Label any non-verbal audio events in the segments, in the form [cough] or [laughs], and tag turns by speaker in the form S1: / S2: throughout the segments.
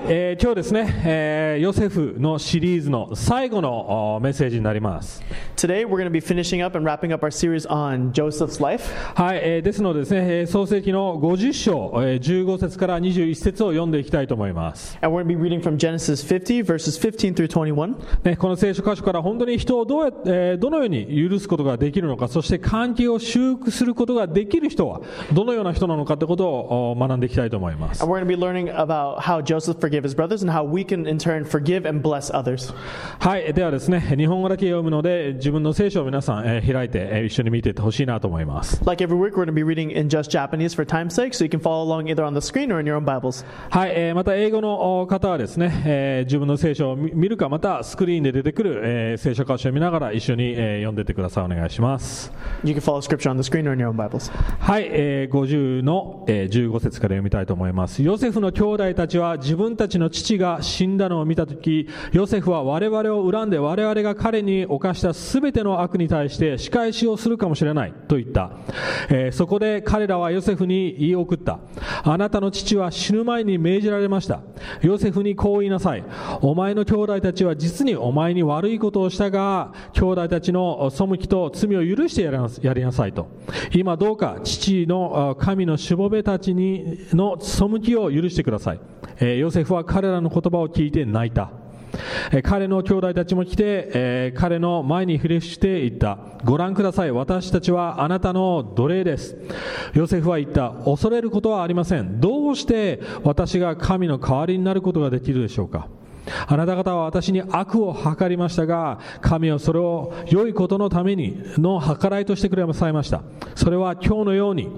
S1: 、えー、今日ですね、えーヨセフのシリーズの最後のおメッセージになります。
S2: Today, we're going to be finishing up and wrapping up our series on Joseph's life.
S1: はい、えーですのでですね、えー創世記の50章、えー15節から21節を読んでいきたいと思います。
S2: And we're going to be reading from Genesis 50, verses 15 through 21.
S1: ね、この聖書箇所から本当に人をどうや、えーどのように許すことができるのか、そして関係を修復することができる人は、どのような人なのかということをお学んでいきたいと思います。
S2: And we're going to be learning about how Joseph forgave his brothers and how we can, in turn, forgive and bless others.
S1: はい、ではですね、日本語だけ読むので、自分の聖書を皆さん、えー開いて、えー一緒に見ていってほしいなと思います。
S2: Like every week, we're going to be reading in just Japanese for time's sake, so you can follow along either on the screen or in your own Bibles.
S1: はい、えーまた英語のお方はですね、えー自分の聖書を見見るか、またスクリーンで出てくる、えー聖書箇所を見ながら一緒に、えー読んでいってください。お願いします。
S2: You can follow scripture on the screen or in your own Bibles.
S1: はい、えー50の、えー15節から読みたいと思います。ヨセフの兄弟たちは自分たちの父が死んだのを見たとき、ヨセフは我々を恨んで我々が彼に犯したすべての悪に対して仕返しをするかもしれないと言った。えーそこで彼らはヨセフに言い送った。あなたの父は死ぬ前に命じられました。ヨセフにこう言いなさい。お前の兄弟たちは実にお前に悪いことをしたが、兄弟たちの背きと罪を許してやりなやりなさいと。今どうか父のあ神のしもべたちにの背きを許してください。えーヨセフは彼らの言葉を聞いて泣いた。えー彼の兄弟たちも来て、えー彼の前に触れして言った。ご覧ください。私たちはあなたの奴隷です。ヨセフは言った。恐れることはありません。どうして私が神の代わりになることができるでしょうかあなた方は私に悪を図りましたが、神はそれを良いことのためにの計らいとしてくれまさいました。それは今日のように、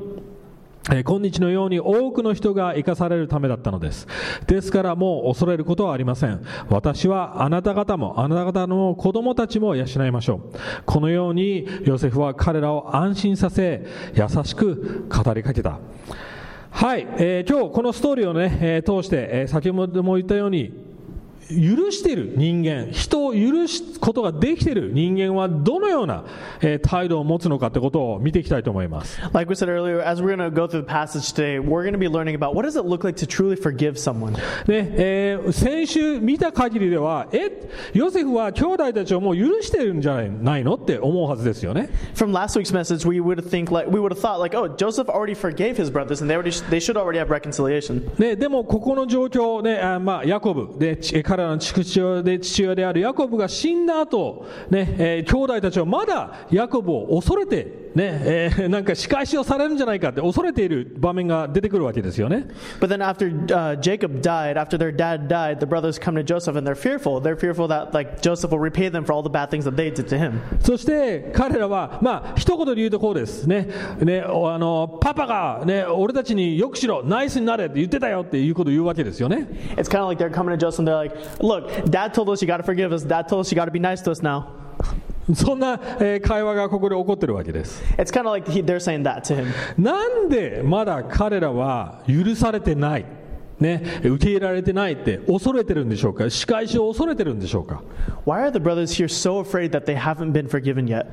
S1: えー今日のように多くの人が生かされるためだったのです。ですからもう恐れることはありません。私はあなた方も、あなた方の子供たちも養いましょう。このようにヨセフは彼らを安心させ、優しく語りかけた。はい、えー今日このストーリーをね、えー通して、えー先ほども言ったように、許している人間、人を許すことができている人間はどのような、えー態度を持つのかってことを見ていきたいと思います。
S2: Like we said earlier, as we're going to go through the passage today, we're going to be learning about what does it look like to truly forgive someone.
S1: ねえー先週見た限りでは、え、ヨセフは兄弟たちをもう許してるんじゃないないのって思うはずですよね。
S2: From last week's message, we would think like we would have thought like, oh, Joseph already forgave his brothers, and they already they should already have reconciliation.
S1: ね、でもここの状況、ねあまあ、ヤコブで、ち彼らの父親で父親であるヤコブが死んだ後、ねえー兄弟たちはまだヤコブを恐れて、ねえーなんか仕返しをされるんじゃないかって恐れている場面が出てくるわけですよね。
S2: But then after uh, Jacob died, after their dad died, the brothers come to Joseph and they're fearful. They're fearful that like Joseph will repay them for all the bad things that they did to him.
S1: そして彼らは、まあ一言で言うとこうです、ねねおあのパパが、ね、俺たちによくしろ、ナイスになれって言ってたよっていうことを言うわけですよね。
S2: It's kind of like they're coming to Joseph and they're like, look, dad told us you got to forgive us. Dad told us you got to be nice to us now.
S1: そんな、えー会話がここで起こってるわけです。
S2: It's kind of like he, they're saying that to him.
S1: なんでまだ彼らは許されてない、ね、受け入れられてないって恐れてるんでしょうか、仕返しを恐れてるんでしょうか、
S2: Why are the brothers here so afraid that they haven't been forgiven yet?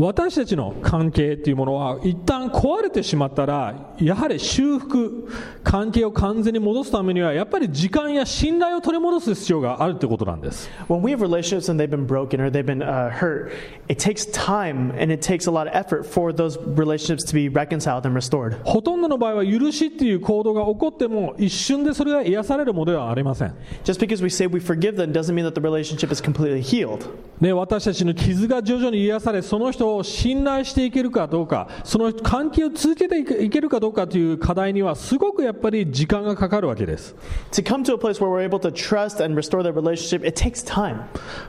S1: 私たちの関係っていうものは、一旦壊れてしまったら、やはり修復、関係を完全に戻すためには、やっぱり時間や信頼を取り戻す必要があるってことなんです。
S2: When we have relationships and they've been broken or they've been uh, hurt, it takes time and it takes a lot of effort for those relationships to be reconciled and restored.
S1: ほとんどの場合は許しっていう行動が起こっても一瞬でそれが癒されるものではありません。
S2: Just because we say we forgive them doesn't mean that the relationship is completely healed.
S1: ね、私たちの傷が徐々に癒され、その人を信頼していけるかどうか、その関係を続けていけいけるかどうかという課題には、すごくやっぱり時間がかかるわけです。
S2: To come to a place where we're able to trust and restore that relationship, it takes time.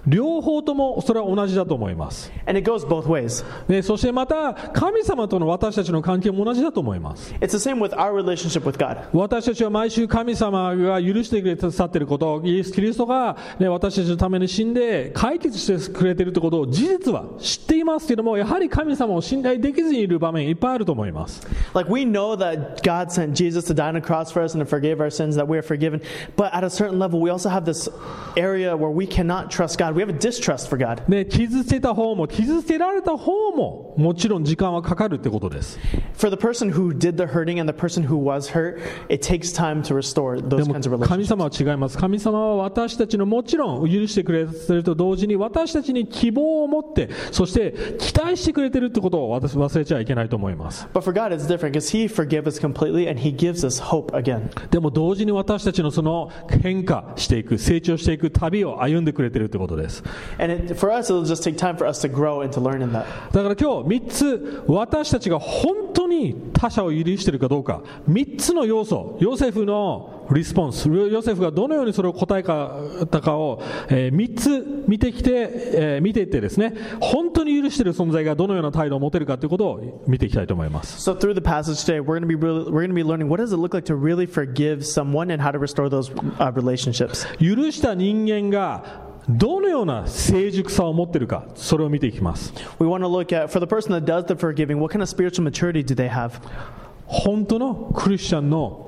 S1: 両方ともそれは同じだと思います。
S2: And it goes both ways.
S1: ね、そしてまた、神様との私たちの関係も同じだと思います。
S2: It's the same with our relationship with God.
S1: 私たちは毎週神様が許してくださっていること、イエス・キリストが、ね、私たちのために死んで解決してくれているということを事実は知っていますけれども、やはり神様を信頼できずにいる場面いっぱいあると思います。
S2: Like we know that God sent Jesus to die on a cross for us and to forgive our sins, that we are forgiven. But at a certain level, we also have this area where we cannot trust God. We have a distrust for God.
S1: ね、傷つけた方も傷つけられた方ももちろん時間はかかるってことです
S2: For the person who did the hurting and the person who was hurt, it takes time to restore
S1: で
S2: those
S1: も
S2: kinds of
S1: 神
S2: relationships.
S1: 様は違います神様は私たちのもちろん許してくれてると同時に私たちに希望を持ってそして期待してくれてるってことを私忘れちゃいけないと思います
S2: But for God, it's different because He forgives us completely and He gives us hope again.
S1: でも同時に私たちのその変化していく成長していく旅を歩んでくれてるってことです
S2: And it, for us, it'll just take time for us to grow and to learn in that.
S1: だから今日3つ私たちが本当に他者を許しているかどうか3つの要素ヨセフのリスポンスヨセフがどのようにそれを答えたかを、え3つ見てきて、えー見ていってですね本当に許している存在がどのような態度を持てるかということを見ていきたいと思います
S2: So through the passage today, we're going to be really, we're going to be learning what does it look like to really forgive someone and how to restore those uh, relationships.
S1: 許した人間がどのような成熟さを持っているかそれを見ていきます
S2: We want to look at for the person that does the forgiving, what kind of spiritual maturity do they have?
S1: 本当のクリスチャンの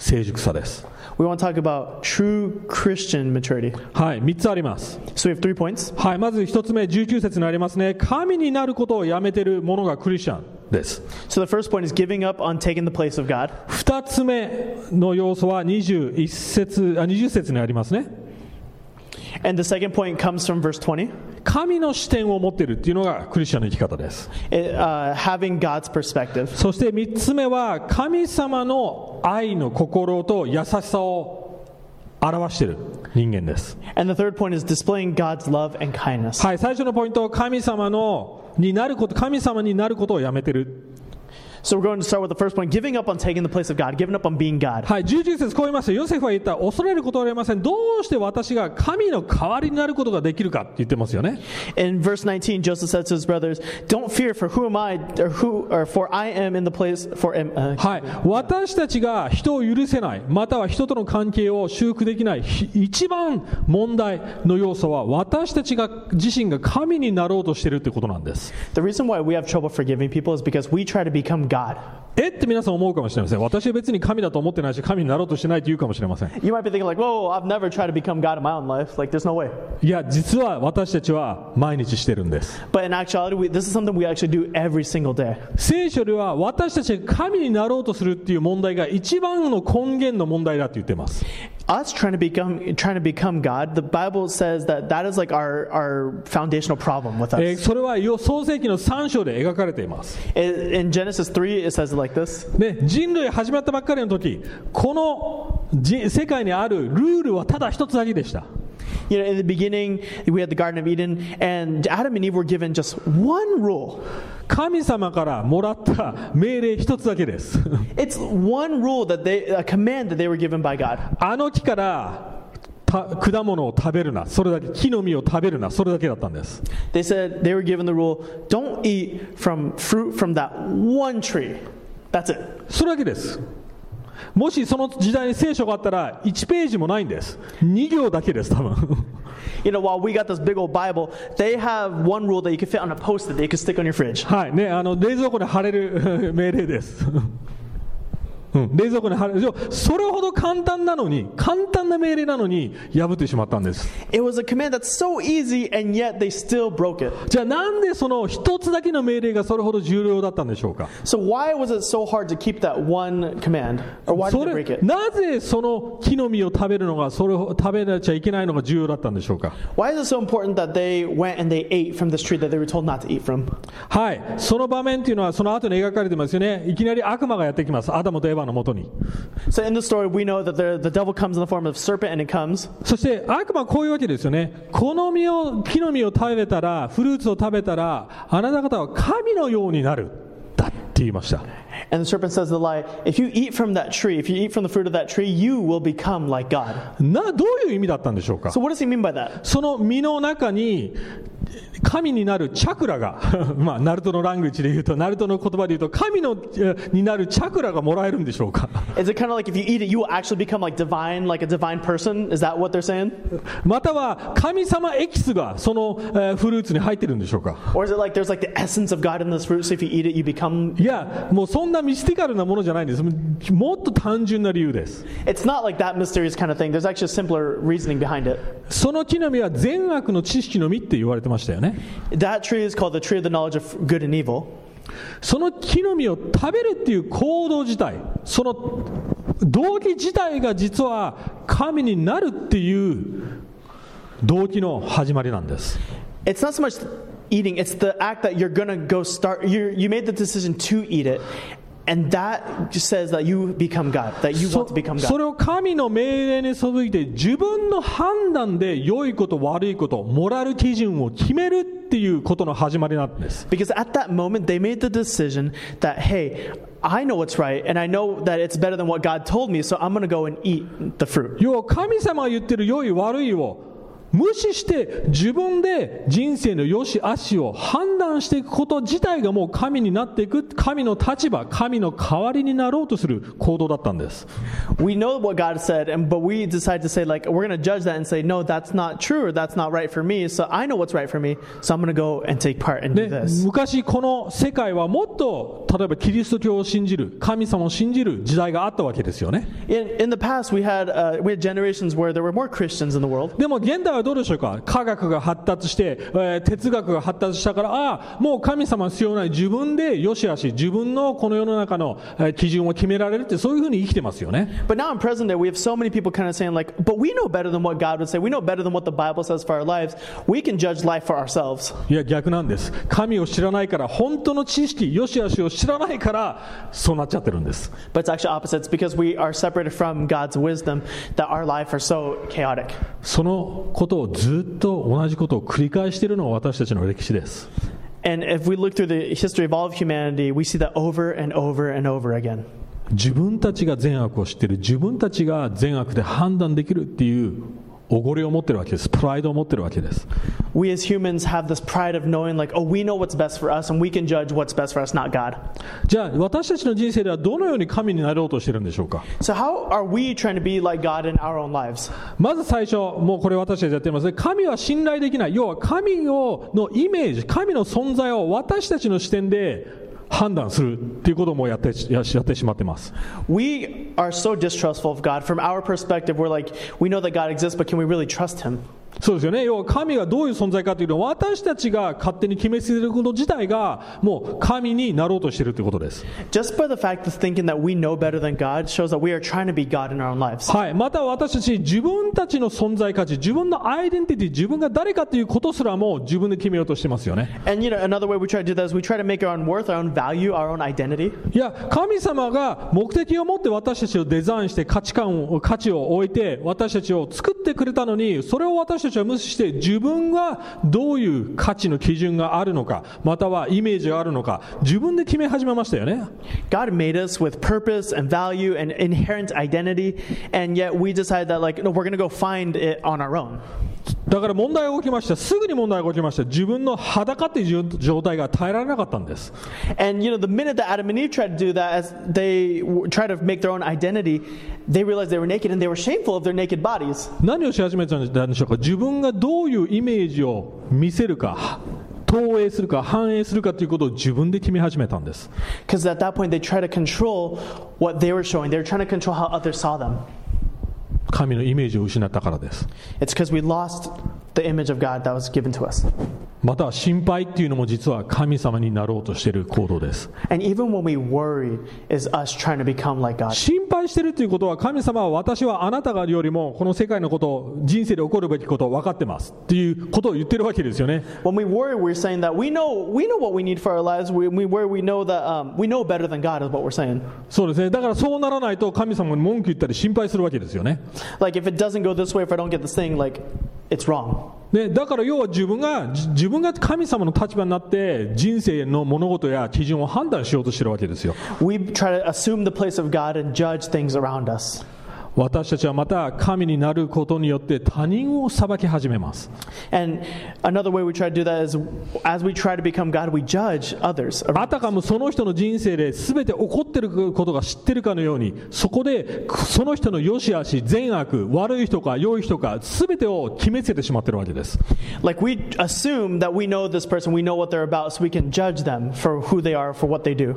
S1: 成熟さです
S2: We want to talk about true Christian maturity.
S1: はい3つあります
S2: So we have three points.
S1: はい、まず一つ目、19節にありますね。神になることをやめてる者がクリスチャンです。
S2: So the first point is giving up on taking the place of God.
S1: 二つ目の要素は21節、あ、20節にありますね。
S2: And the second point comes from verse 20,
S1: 神の視点を持ってるっていうのがクリスチャンの生き方です。
S2: it, uh, having God's perspective.
S1: そして三つ目は、神様の愛の心と優しさを表している人間です。
S2: And the third point is displaying God's love and kindness.
S1: はい、最初のポイント、神様の、になること、神様になることをやめてる
S2: So we're going to start with the first point giving up on taking the place of God, giving up on being God.
S1: はい、19節こう言いました。ヨセフは言った、恐れることはありません。どうして私が神の代わりになることができるかって言ってますよね。
S2: In verse 19, Joseph said to his brothers, Don't fear, for who am I, or who, or for I am in the place, for am, uh,
S1: はい、私たちが人を許せない、または人との関係を修復できない、ひ一番問題の要素は、私たちが自身が神になろうとしているってことなんです。
S2: The reason why we have trouble forgiving people is because we try to become God.
S1: えって皆さん思うかもしれません。私は別に神だと思ってないし、神になろうとしてないと言うかもしれません。
S2: You might be thinking, like, whoa, I've never tried to become God in my own life. Like, there's no way.
S1: いや、実は私たちは毎日してるんです。
S2: But in actuality, we, this is something we actually do every single day.
S1: 聖書では私たちが神になろうとするっていう問題が一番の根源の問題だって言ってます。
S2: Us trying to become trying to become God, the Bible says that that is like our, our foundational problem with us.
S1: えーそれはよ創世紀の3章で描かれています。
S2: In- in Genesis 3, it says it like this.
S1: ね、人類始まったばっかりの時、このじ世界にあるルールはただ一つだけでした。
S2: You know, in the beginning, we had the Garden of Eden, and Adam and Eve were given just one rule.
S1: 神様からもらった命令一つだけです。 [laughs]
S2: It's one rule that they, a command that they were given by God.
S1: あの木からた果物を食べるな、それだけ、木の実を食べるな、それだけだったんです。
S2: They said they were given the rule don't eat from fruit from that one tree. That's it.
S1: それだけですもしその時代に聖書があったら1ページもないんです2行だけです多分 [laughs]
S2: You know, while we got this big old Bible, they have one rule that you can fit on a post that you can stick on your fridge.
S1: はいねあの冷蔵庫に貼れる [laughs] 命令ですうん、冷蔵庫に貼れるそうそれほど簡単なのに簡単な命令なのに破ってしまったんです
S2: It was a command that's so easy, and yet they still broke it.
S1: じゃあなんでその一つだけの命令がそれほど重要だったんでしょうか
S2: So why was it so hard to keep that one command, or why did
S1: そ
S2: they break
S1: れ
S2: it?
S1: なぜその木の実を食べるのがそれを食べなちゃいけないのが重要だったんでしょうか
S2: Why is it so important that they went and they ate from this tree that they were told not to eat from?
S1: はい、その場面っていうのは、その後に描かれてますよね、いきなり悪魔がやってきます、アダムとエヴァのもとに。
S2: So in the story, we know that the, the devil comes in the form of serpent, and it comes.
S1: そして悪魔はこういうわけですよね、この実を木の実を食べたら、フルーツを食べたら、あなた方は神のようになる、だって言いました。
S2: And the serpent says to the lie, if you eat from that tree, if you eat from the fruit of that tree, you will become like God.
S1: などういう意味だったんでしょうか
S2: So what does he mean by that?
S1: その実の中に神になるチャクラが、 [laughs] まあ、ナルトのラングチで言うと、ナルトの言葉で言うと、神のえになるチャクラがもらえるんでしょうか
S2: Is it kind of like if you eat it, you will actually become like divine, like a divine person? Is that what they're saying?
S1: または神様エキスがその、えーフルーツに入ってるんでしょうか
S2: Or is it like there's like the essence of God in this fruit, so if you eat it, you become.
S1: いや、もうそんなミスティカルなものじゃないんです。もっと単純な理由です。
S2: It's not like that mysterious kind of thing. There's actually a simpler reasoning behind it.
S1: その木の実は善悪の知識の実って言われてまましたよね
S2: That tree is called the tree of the knowledge of good and evil.
S1: その木の実を食べるっていう行動自体その動機自体が実は神になるっていう動機の始まりなんです
S2: It's not so much eating, it's the act that you're going to go start. You you made the decision to eat it. And that just says that you become God, that you
S1: そ
S2: want to become
S1: そ
S2: God.
S1: れを神の命令に背いて自分の判断で良いこと悪いことモラル基準を決めるっていうことの始まりなんです
S2: Because at that moment, they made the decision that, hey, I know what's right, and I know that it's better than what God told me, so I'm going to go and eat the fruit.
S1: 要は神様が言ってる良い悪いを無視して自分で人生の良し悪しを判断していくこと自体がもう神になっていく神の立場神の代わりになろうとする行動だったんです
S2: We know what God said, and but we decide to say, like, we're going to judge that and say, no, that's not true, or that's not right for me, so I know what's right for me, so I'm going to go and take part and
S1: で
S2: do this.
S1: 昔この世界はもっと例えばキリスト教を信じる神様を信じる時代があったわけですよね
S2: In, in the past, we had, uh, we had generations where there were more Christians in the world.
S1: でも現代はどうでしょうか科学が発達して、えー哲学が発達したから、ああ、もう神様は必要ない。自分でよしあし、自分のこの世の中の、えー基準を決められるって、そういうふうに生きてますよね。
S2: But now in present day, we have so many people kind of saying, like, but we know better than what God would say. We know better than what the Bible says for our lives. We can judge life for ourselves.
S1: いや、逆なんです。神を知らないから、本当の知識、よしあしを知らないから、そうなっちゃってるんです。
S2: But it's actually opposite. It's because we are separated from God's wisdom that our life are so chaotic.
S1: そのことをずっと同じことを繰り返しているのが私たちの歴史です。
S2: And if we look through the history of all of humanity, we see that over and over and over again.
S1: 自分たちが善悪を知っている自分たちが善悪で判断できるっていうおごりを持ってるわけですプライドを持ってるわけです
S2: We as humans have this pride of knowing, like, oh, we know what's best for us and we can judge what's best for us, not God.
S1: じゃあ私たちの人生ではどのように神になろうとしてるんでしょうか
S2: So, how are we trying to be like God in our own lives?
S1: まず最初もうこれ私たちやってますね神は信頼できない要は神をのイメージ神の存在を私たちの視点で判断するっていうことをもうやってややってしまってます
S2: We are so distrustful of God. From our perspective, we're like, we know that God exists, but can we really trust Him?
S1: そうですよね要は神がどういう存在かというのを私たちが勝手に決めつけること自体がもう神になろうとしてるということです
S2: Just by the fact of thinking that we know better than God shows that we are trying to be God in our own lives.
S1: はい、また私たち自分たちの存在価値自分のアイデンティティ自分が誰かということすらも自分で決めようとしてますよね
S2: And you know, another way we try to do that is we try to make our own worth, our own value, our own identity.
S1: いや神様が目的を持って私たちをデザインして価値観を価値を置いて私たちを作ってくれたのにそれを私たちは無視して自分がどういう価値の基準があるのかまたはイメージがあるのか自分で決め始めましたよね
S2: God made us with purpose and value and inherent identity, and yet we decide that like, no, we're going to go find it on our own.
S1: だから問題が起きましたすぐに問題が起きました自分の裸という状態が耐えられなかったんです
S2: And you know, the minute that Adam and Eve tried to do that, as they w- tried to make their own identity, they realized they were naked and they were shameful of their naked bodies.
S1: 何をし始めたんでしょうか自分がどういうイメージを見せるか投影するか反映するかということを自分で決め始めたんです
S2: Because at that point, they tried to control what they were showing. They were trying to control how others saw them.
S1: 神のイメージを失ったからです
S2: It's because we lost the image of God that was given to us.
S1: または心配っていうのも実は神様になろうとしている行動です
S2: And even when we worry, is us trying to become like God.
S1: 心配してるということは神様は私はあなたがよりもこの世界のことを人生で起こるべきことを分かってますっていうことを言ってるわけですよね
S2: When we worry, we're saying that we know we know what we need for our lives. When we worry, we know that um, we know better than God is what we're saying.
S1: そうですねだからそうならないと神様に文句言ったり心配するわけですよね
S2: Like if it doesn't go this way, if I don't get this thing, like it's wrong.
S1: ね、だから要は自分が、じ自分が神様の立場になって人生の物事や基準を判断しようとしてるわけですよ。
S2: We try to assume the place of God and judge things around us.
S1: 私たちはまた神になることによって他人を裁き始めます。
S2: And another way we try to do that is, as we try to become God, we judge others.
S1: あたかもその人の人生で全て起こってることが知ってるかのように、そこでその人の良し悪し、善悪、悪い人か良い人か全てを決めつけてしまってるわけです。
S2: Like we assume that we know this person, we know what they're about, so we can judge them for who they are, for what they do.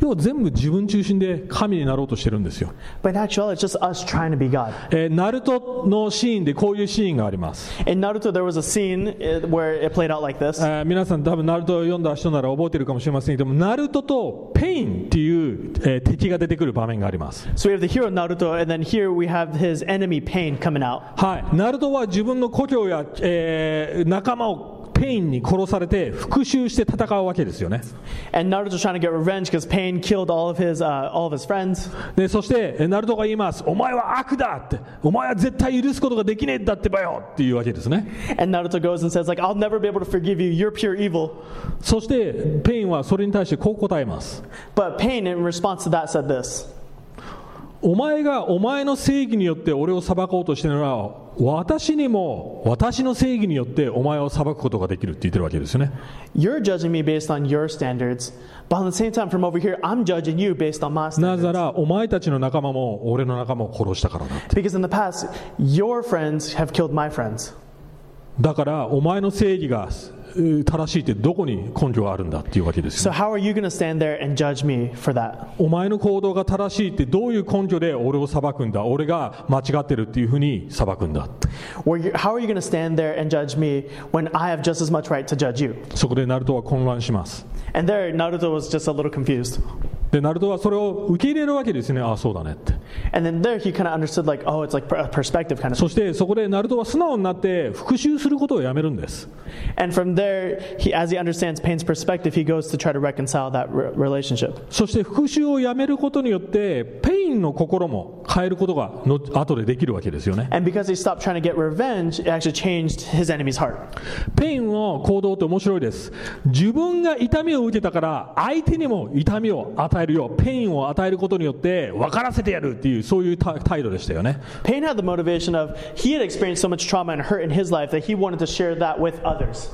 S1: 要は全部自分中心で神になろうとしてるんですよ、
S2: But in actuality, it's just us trying to be God.
S1: えーナルトのシーンでこういうシーンがあります、
S2: In Naruto, there was a scene uh, where it played out like this.
S1: えー皆さん多分ナルトを読んだ人なら覚えてるかもしれませんけどもナルトとペインっていう、えー敵が出てくる場面があります、
S2: So we have the hero Naruto, and then here we have his enemy Pain coming out.
S1: はい、ナルトは自分の故郷や、えー仲間をペインに殺されて復讐して戦うわけですよね
S2: And Naruto's trying to get revenge because Pain killed all of his uh, all of his friends.
S1: でそしてえーナルトが言いますお前は悪だってお前は絶対許すことができねえんだってばよっていうわけですね
S2: And Naruto goes and says like, "I'll never be able to forgive you. You're pure evil."
S1: そしてペインはそれに対してこう答えます
S2: But Pain, in response to that, said this.
S1: お前がお前の正義によって俺を裁こうとしてるなら私にも私の正義によってお前を裁くことができるって言ってるわけですよね
S2: You're judging me based on your standards, but on the same time, from over here, I'm judging you based on my
S1: なぜ
S2: standards.
S1: ならお前たちの仲間も俺の仲間を殺したからだ
S2: Because in the past, your friends have killed my friends.
S1: だからお前の正義がえー正しいってどこに根拠があるんだっていうわけですよ
S2: So how are you going to stand there and judge me for that?
S1: お前の行動が正しいってどういう根拠で俺を裁くんだ俺が間違ってるっていうふうに裁くんだ
S2: Or you, how are you going to stand there and judge me when I have just as much right to judge you?
S1: そこでナルトは混乱します
S2: And there, Naruto was just a little confused.
S1: でナルトはそれを受け入れるわけですねああそうだねって
S2: And then there, he kind of understood like, oh, it's like per- a perspective kind of.
S1: そしてそこでナルトは素直になって復讐することをやめるんです
S2: And from there, he, as he understands Pain's perspective, he goes to try to reconcile that re- relationship.
S1: そして復讐をやめることによってペインの心も変えることがの後でできるわけですよね
S2: And because he stopped trying to get revenge, it actually changed his enemy's heart.
S1: ペインの行動って面白いです自分が痛みを受けたから相手にも痛みを与えるよペインを与えることによって分からせてやるっていうそういうた態度でしたよね
S2: Pain had the motivation of he had experienced so much trauma and hurt in his life that he wanted to share that with others.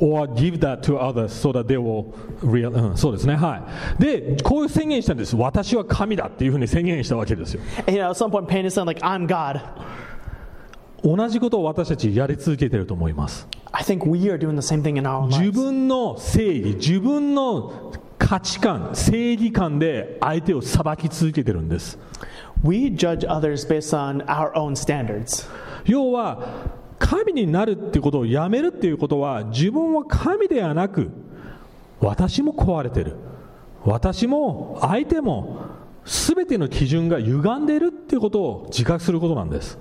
S1: or give that to others so that they will real、うんそうですねはいでこういう宣言したんです私は神だっていうふうに宣言したわけですよ
S2: And, you know, at some point, Pain is saying like, "I'm God."
S1: 同じことを私たちやり続けてると思います。
S2: I think we are doing the same thing in our own
S1: 自
S2: lives.
S1: 分の正義、自分の価値観、正義感で相手を裁き続けてるんです。
S2: We judge others based on our own standards.
S1: 要は、神になるってことをやめるっていうことは、自分は神ではなく、私も壊れてる。私も相手も、すべての基準が歪んでいるっていうことを自覚することなんです。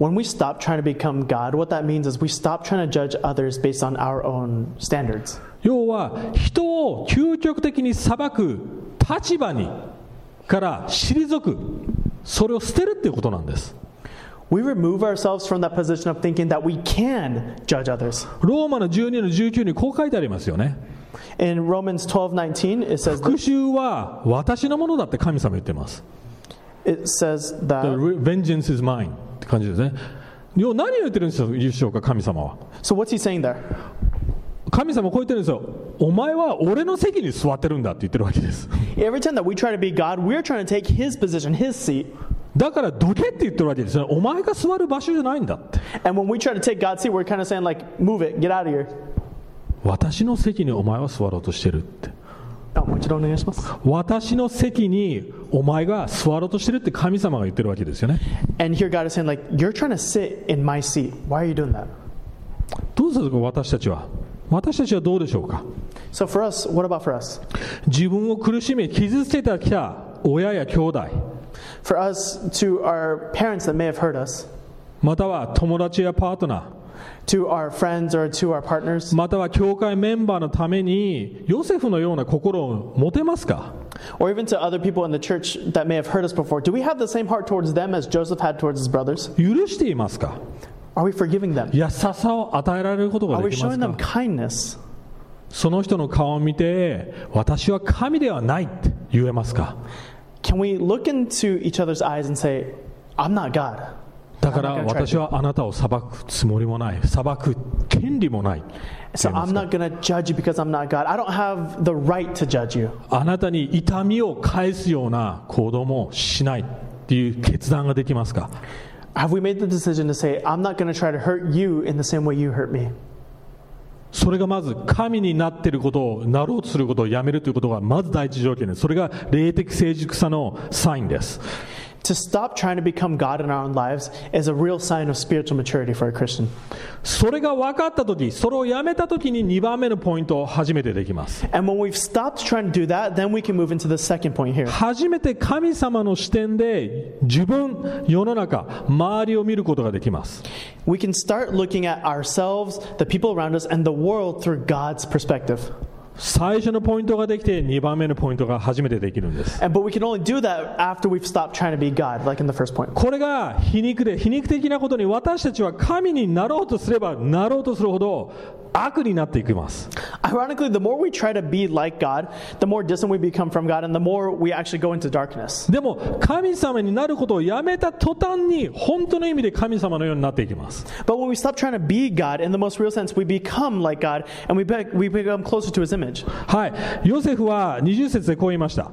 S2: When we stop trying to become God, what that means is we stop trying to judge others based on our own standards.
S1: 要は人を究極的に裁く立場にから退くそれを捨てるっていうことなんです
S2: We remove ourselves from that position of thinking that we can judge others.
S1: ローマの12の19にこう書いてありますよね
S2: In Romans 12:19, it says
S1: 復讐は私のものだって神様言ってます、
S2: it says that
S1: Vengeance is mine って感じですね要は何を言ってるんでしょうか神様は
S2: So what's he saying there?
S1: 神様はこう言ってるんですよお前は俺の席に座ってるんだって言ってるわけです
S2: Every time that we try to be God, we're trying to take his position, his seat.
S1: だからどけって言ってるわけですよねお前が座る場所じゃないんだって
S2: And when we try to take God's seat, we're kind of saying like, "Move it, get out of here."
S1: 私の席にお前は座ろうとしてるって
S2: Oh, もちろんお願いします。
S1: 私の席にお前が座ろうとしてるって神様が言ってるわけですよね
S2: And here God is saying like, "You're trying to sit in my seat. Why are you doing that?"
S1: どうするか私たちは私たちはどうでしょうか
S2: So for us, what about for us?
S1: 自分を苦しめ傷つけてきた親や兄弟
S2: For us to our parents that may have hurt us,
S1: または友達やパートナ
S2: to our friends or to our partners,
S1: ーまたは教会メンバーのためにヨセフのような心を持てますか
S2: or even to other people in the church that may have hurt us before, do we have the same heart towards them as Joseph had towards his brothers?
S1: 許していますか
S2: Are we forgiving them?
S1: 優しさを与えられることが
S2: Are
S1: で
S2: we
S1: きますか
S2: showing them kindness?
S1: その人の顔を見て私は神ではないって言えますか
S2: Can we look into each other's eyes and say, I'm not God?
S1: だから
S2: I'm not gonna try
S1: 私はあなたを裁くつもりもない裁く権利もない言
S2: So
S1: えます
S2: I'm not going to judge you because I'm not God. I don't have the right to judge you.
S1: あなたに痛みを返すような行動もしないっていう決断ができますか
S2: Have we made the decision to say, I'm not going to try to hurt you in the same way you hurt me?
S1: それがまず神になっていることをなろうとすることをやめるということがまず第一条件ですそれが霊的成熟さのサインです
S2: To stop trying to become God in our own lives is a real sign of spiritual maturity for a Christian.
S1: それが分かった時それをやめた時に2番目のポイントを初めてできます
S2: And when we've stopped trying to do that, then we can move into the second point here.
S1: 初めて神様の視点で自分世の中周りを見ることができます
S2: We can start looking at ourselves, the people around us, and the world through God's perspective.
S1: 最初のポイントができて2番目のポイントが初めてできるんです
S2: And but we can only do that after we've stopped trying to be God, like in the first point.
S1: これが皮肉で皮肉的なことに私たちは神になろうとすればなろうとするほど悪になっていきます
S2: Ironically, the more we try to be like God, the more distant we become from God, and the more we actually go into darkness.
S1: でも神様になることをやめた途端に本当の意味で神様のようになっていきます
S2: But when we stop trying to be God, in the most real sense, we become like God, and we, be- we become closer to His image.
S1: はいヨセフは20節でこう言いました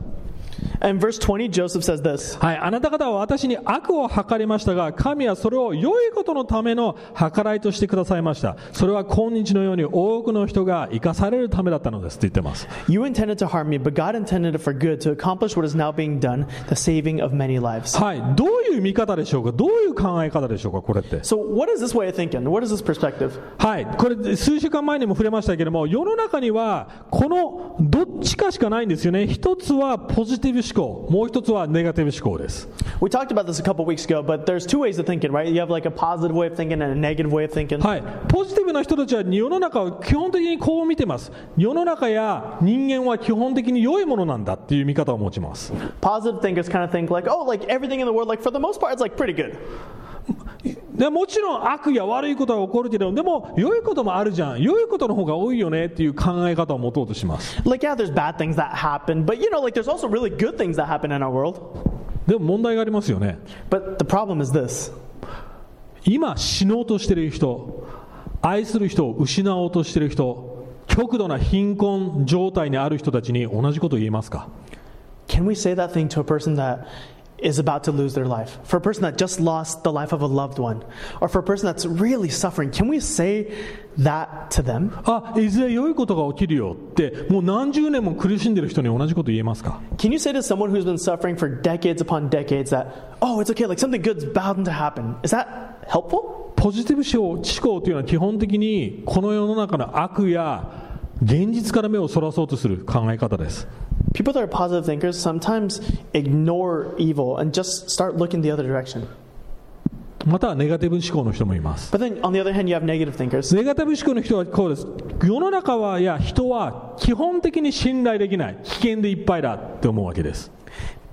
S2: And verse 20, Joseph says this
S1: はい、あなた方は私に悪を計りましたが、神はそれを良いことのための計らいとしてくださいました。それは今日のように多くの人が生かされるためだったのですって言ってます。
S2: You intended to harm me, but God intended it for good to accomplish what is now being done, the saving of many lives.
S1: はい、どういう見方でしょうかどういう考え方でしょうかこれって。
S2: So, what is this way of thinking? What is this perspective?
S1: はい、これ数週間前にも触れましたけれども、世の中にはこのどっちかしかないんですよね。一つはポジティブ思考、もう一つはネガティブ思考です。
S2: We talked about this a couple weeks ago, but there's two ways of thinking, right? You have like a positive way of thinking and a negative way of thinking.
S1: はい、ポジティブな人たちは世の中を基本的にこう見てます世の中や人間は基本的に良いものなんだっていう見方を持ちます、
S2: Positive thinkers kind of think like, oh, like everything in the world, like for the most part, it's like pretty good.
S1: でもちろん悪や悪いことは起こるけどでも良いこともあるじゃん良いことの方が多いよねっていう考え方を持とうとします、
S2: Like, yeah, there's bad things that happen, but you know, like there's also really good things that happen in our world.
S1: でも問題がありますよね
S2: But the problem is this
S1: 今死のうとしてる人愛する人を失おうとしてる人極度な貧困状態にある人たちに同じことを言えますか
S2: can we say that thing to a person that is about to lose their life? For a person that just lost the life of a loved one, or for a person that's really suffering, can we say that to them?
S1: あいずれ良いことが起きるよってもう何十年も苦しんでる人に同じこと言えますか
S2: Can you say to someone who's been suffering for decades upon decades that, oh, it's okay, like something good's bound to happen? Is that helpful?
S1: ポジティブ思考思考というのは基本的にこの世の中の悪や現実から目をそらそうとする考え方です
S2: People that are positive thinkers sometimes ignore evil and just start looking the other direction.
S1: またはネガティブ思考の人もいます
S2: But then on the other hand, you have negative thinkers.
S1: ネガティブ思考の人はこうです世の中はや人は基本的に信頼できない危険でいっぱいだって思うわけです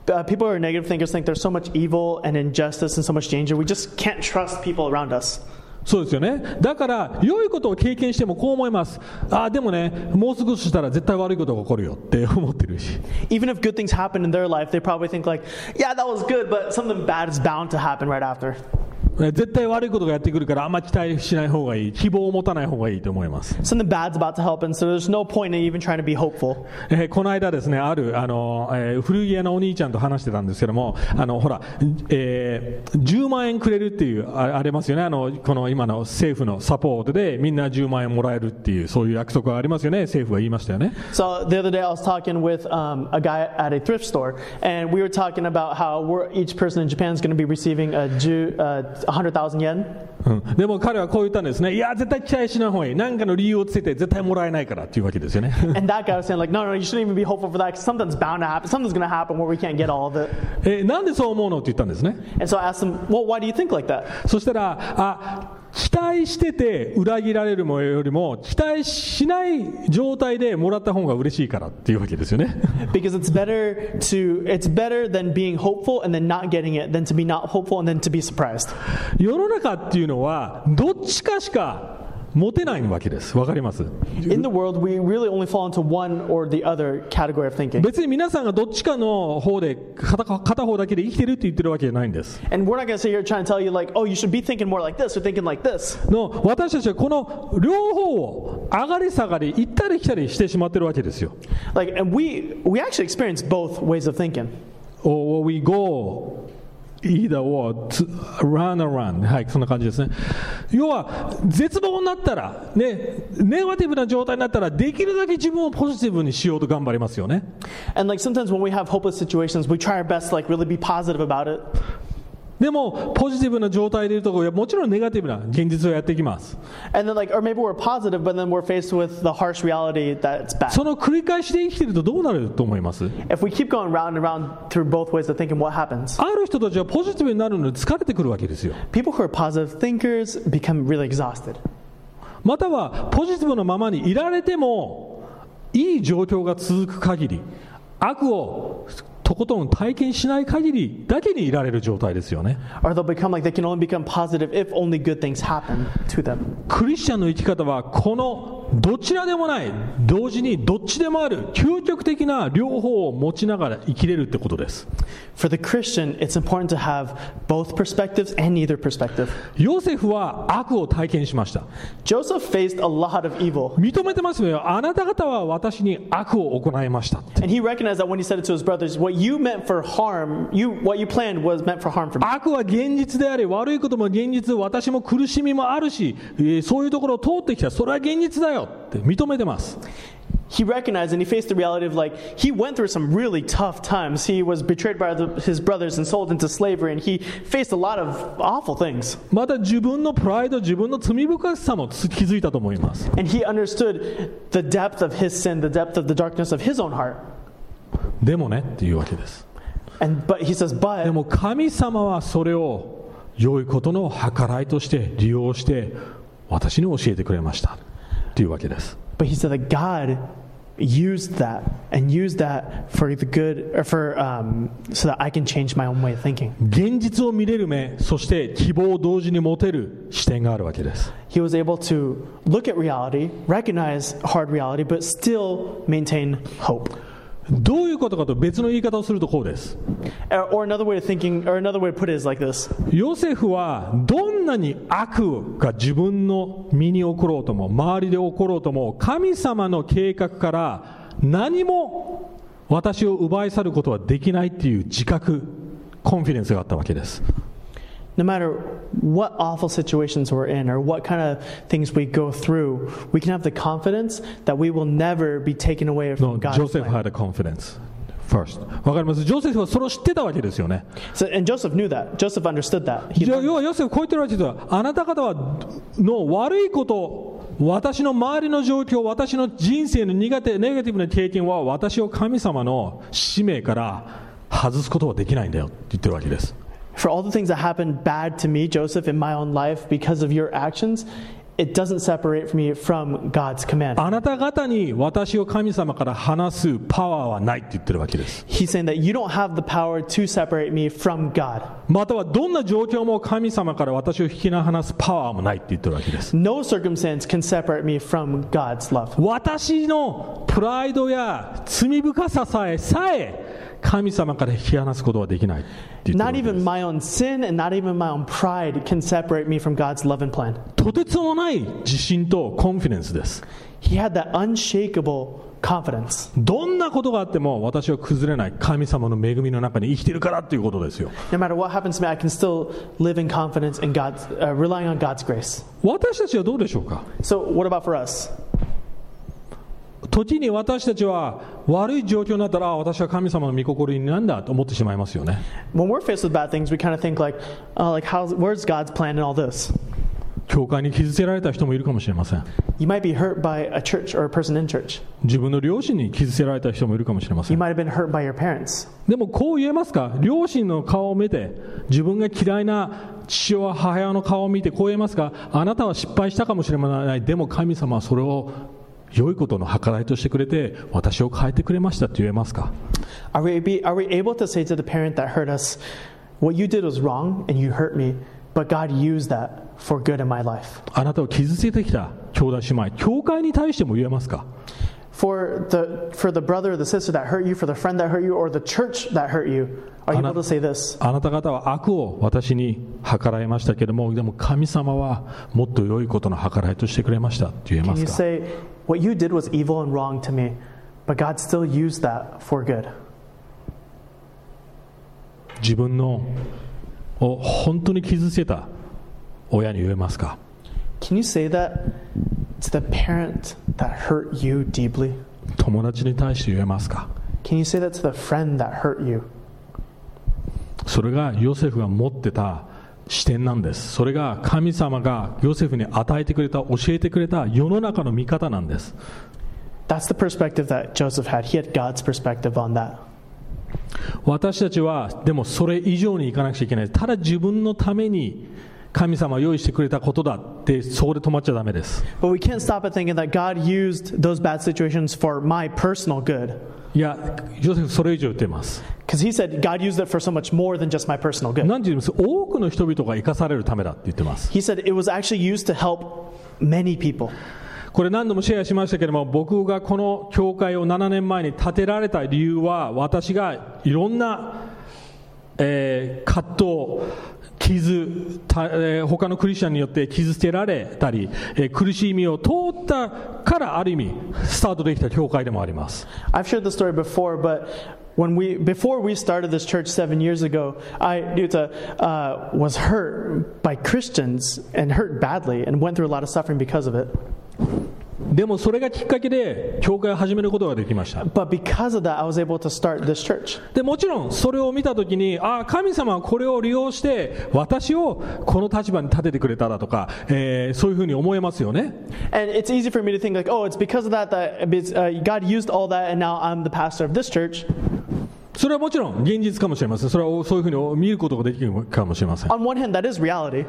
S2: Uh, people who are negative thinkers think there's so much evil and injustice and so much danger, we just can't trust people around us.
S1: そうですよねだから良いことを経験してもこう思いますああでもねもう少ししたら絶対悪いことが起こるよって思ってるし
S2: Even if good things happen in their life, they probably think like, yeah, that was good, but something bad is bound to happen right after.
S1: え絶対悪いことがやってくるからあんま期待しない方がいい希望を持たない方がいいと思います、
S2: Something bad's about to happen, so there's no point in even trying to be hopeful.
S1: えーこの間ですねあるあの、えー古着屋のお兄ちゃんと話してたんですけどもあのほら、えー10万円くれるっていうあありますよねあのこの今の政府のサポートでみんな10万円もらえるっていうそういう約束がありますよね政府が言いましたよね
S2: So the other day, I was talking with um, a guy at a thrift store, and we were talking about how we're, each person in Japan is going to be receiving a ju- uh, 100,000 yen.
S1: うん、でも彼はこう言ったんですね、いや、絶対期待しない方がいい、何かの理由をつけて、絶対もらえないからっていうわけですよね。 [laughs]
S2: And that guy was saying, like, no, no, you shouldn't even be hopeful for that 'cause something's bound to happen. Something's going to happen where we can't get all of it.
S1: えーなんでそう思うのって言ったんですね。
S2: And so I asked him, well, why do you think like that?
S1: そしたら、あ期待してて裏切られるもよりも、期待しない状態でもらった方が嬉しいからっていうわけですよね。 [laughs]
S2: Because it's better to it's better than being hopeful and then not getting it than to be not hopeful and then to be surprised.
S1: 世の中っていうのは、どっちかしか持てないわけです。わかります
S2: In the world, we really only fall into one or the other category of thinking.
S1: 別に皆さんがどっちかの方で片か、片方だけで生きてるって言ってるわけじゃないんです。
S2: And we're not going to sit here trying to tell you, like, oh, you should be thinking more like this or thinking like this.
S1: の私たちはこの両方を上がり下がり行ったり来たりしてしまってるわけですよ。
S2: Like, and we we actually experience both ways of thinking.
S1: Or we go either or, to run around. はい、そんな感じですね。要は、絶望になったら、ね、ネガティブな状態になったら、できるだけ自分をポジティブにしようと頑張りますよね。
S2: And like sometimes when we have hopeless situations, we try our best to like really be positive about it.
S1: でも、ポジティブな状態でいるところ、いやもちろんネガティブな現実をやっていきます。
S2: And then like or maybe we're positive, but then we're faced with the harsh reality that it's bad.
S1: その繰り返しで生きているとどうなると思います
S2: if we keep going round and round through both ways of thinking, what happens?
S1: ある人たちはポジティブになるのに疲れてくるわけですよ。
S2: People who are positive thinkers become really exhausted.
S1: またはポジティブのままにいられてもいい状況が続く限り悪をとことん体験しない限りだけにいられる状態ですよね
S2: Or they'll become like they can only become positive if only good things happen to them.
S1: クリスチャンの生き方はこのどちらでもない同時にどっちでもある究極的な両方を持ちながら生きれるってことです
S2: For the Christian, it's important to have both perspectives and neither perspective.
S1: ヨセフは悪を体験しました
S2: Joseph faced a lot of evil,
S1: 認めてますよあなた方は私に悪を行いましたって
S2: and he recognized that when he said it to his brothers, what you meant for harm, you what you planned was meant for harm for me.
S1: 悪は現実であり、悪いことも現実、私も苦しみもあるし、えーそういうところを通ってきた、それは現実だよって認めてます。
S2: He recognized and he faced the reality of like he went through some really tough times. He was betrayed by the, his brothers and sold into slavery, and he faced a lot of awful things.
S1: また自分のプライド、自分の罪深さもつ気づいたと思います。
S2: And he understood the depth of his sin, the depth of the darkness of his own heart.
S1: でもねっていうわけです。
S2: And but he says,
S1: で
S2: but
S1: も神様はそれを良いことの計らいとして利用して、私に教えてくれましたっていうわけです。
S2: but he said that God used that and used that for the good, or for um, so that I can change my own way of thinking.
S1: 現実を見れる目、そして希望を同時に持てる視点があるわけです。
S2: He was able to look at reality, recognize hard reality, but still maintain hope.
S1: どういうことかと別の言い方をするとこうです。
S2: Or, or another way of thinking, or another way to put it is like this:
S1: ヨセフはどんなに悪が自分の身に起ころうとも周りで起ころうとも神様の計画から何も私を奪い去ることはできないっていう自覚コンフィデンスがあったわけです、
S2: No matter what awful situations we're in, or what kind of things we go through, we can have the confidence that we will never be taken away
S1: の
S2: from
S1: ジ
S2: God.
S1: ョセフ had a confidence first わかりますジョセフはそれを知ってたわけですよね
S2: So, and Joseph knew that. Joseph understood that. He
S1: じゃあ要はヨセフこう言ってるわけですよあなた方はの悪いこと私の周りの状況私の人生の苦手ネガティブな経験は私を神様の使命から外すことはできないんだよって言ってるわけです
S2: For all the things that happened bad to me, Joseph, in my own life because of your actions, it doesn't separate me from God's command.
S1: あなた方に私を神様から離すパワーはないって言ってるわけです
S2: He's saying that you don't have the power to separate me from God.
S1: またはどんな状況も神様から私を引き離すパワーもないって言ってるわけです
S2: No circumstance can separate me from God's love.
S1: 私のプライドや罪深ささえさえ神様から引き離すことはできないって言ってるわ
S2: Not
S1: けです
S2: even my own sin and not even my own pride can separate me from God's love and plan.
S1: とてつもない自信とコンフィデンスです
S2: He had that unshakable confidence.
S1: どんなことがあっても私は崩れない神様の恵みの中に生きてるからっていうことですよ
S2: No matter what happens to me, I can still live in confidence in God's, uh, relying on God's grace.
S1: 私たちはどうでしょうか
S2: So, what about for us?
S1: 時に私たちは悪い状況になったらあ私は神様の御心になんだと思ってしまいますよね
S2: when we're faced with bad things, we kind of think like, oh, like how's, where's God's plan in all this?
S1: 教会に傷つけられた人もいるかもしれません
S2: You might be hurt by a church or a person in church.
S1: 自分の両親に傷つけられた人もいるかもしれませ
S2: You
S1: ん
S2: might have been hurt by your parents.
S1: でもこう言えますか両親の顔を見て自分が嫌いな父親母親の顔を見てこう言えますかあなたは失敗したかもしれないでも神様はそれを良いことの計らいとしてくれて私を変えてくれましたって言えますか
S2: Are we, be, are we able to say to the parent that hurt us, what you did was wrong and you hurt me, but God used that for good in my life?
S1: あなたを傷つけてきた兄弟姉妹教会に対しても言えますか
S2: For the, for the brother or the sister that hurt you, for the friend that hurt you, or the church that hurt you, are you
S1: Ana-
S2: able to say this?
S1: あなた方は悪を私に計らいましたけれどもでも神様はもっと良いことの計らいとしてくれましたって言えます
S2: Can you
S1: か
S2: say, what you did was evil and wrong to me, but God still used that for good?
S1: 自分のを本当に傷つけた親に言えますか
S2: Can you say that to the parent that hurt you deeply?
S1: 友達に対して言えますか
S2: Can you say that to the friend that hurt you?
S1: それがヨセフが持ってた視点なんですそれが神様がヨセフに与えてくれた教えてくれた世の中の見方なんです
S2: That's the perspective that Joseph had. He had God's perspective on that.
S1: 私たちはでもそれ以上にいかなくちゃいけないただ自分のために神様は用意してくれたことだってそこで止まっちゃダメです
S2: But we can't stop at thinking that God used those bad situations for my personal good.
S1: いやヨセフそれ以上言ってます
S2: Because he said God used it for so much more than just my personal good.
S1: 何て言うんです多くの人々が生かされるためだって言ってます
S2: He said it was actually used to help many people.
S1: これ何度もシェアしましたけれども僕がこの教会を7年前に建てられた理由は私がいろんな、えー葛藤傷た、えー他のクリスチャンによって傷つけられたり、えー苦しみを通ったからある意味スタートできた教会でもあります
S2: I've shared the story before, but when we before we started this church seven years ago, I Yuta, uh, was hurt by Christians and hurt badly and went through a lot of suffering because of it.
S1: でもそれがきっかけで教会を始めることができました
S2: But because of that, I was able to start this church.
S1: でもちろんそれを見たときに、ああ、神様はこれを利用して、私をこの立場に立ててくれただとか、えーそういうふうに思えますよね。
S2: And it's easy for me to think like, oh, it's because of that that it's, uh, God used all that, and now I'm the pastor of this church.
S1: それはもちろん現実かもしれません。それはそういうふうに見ることができるかもしれません。
S2: On one hand, that is reality,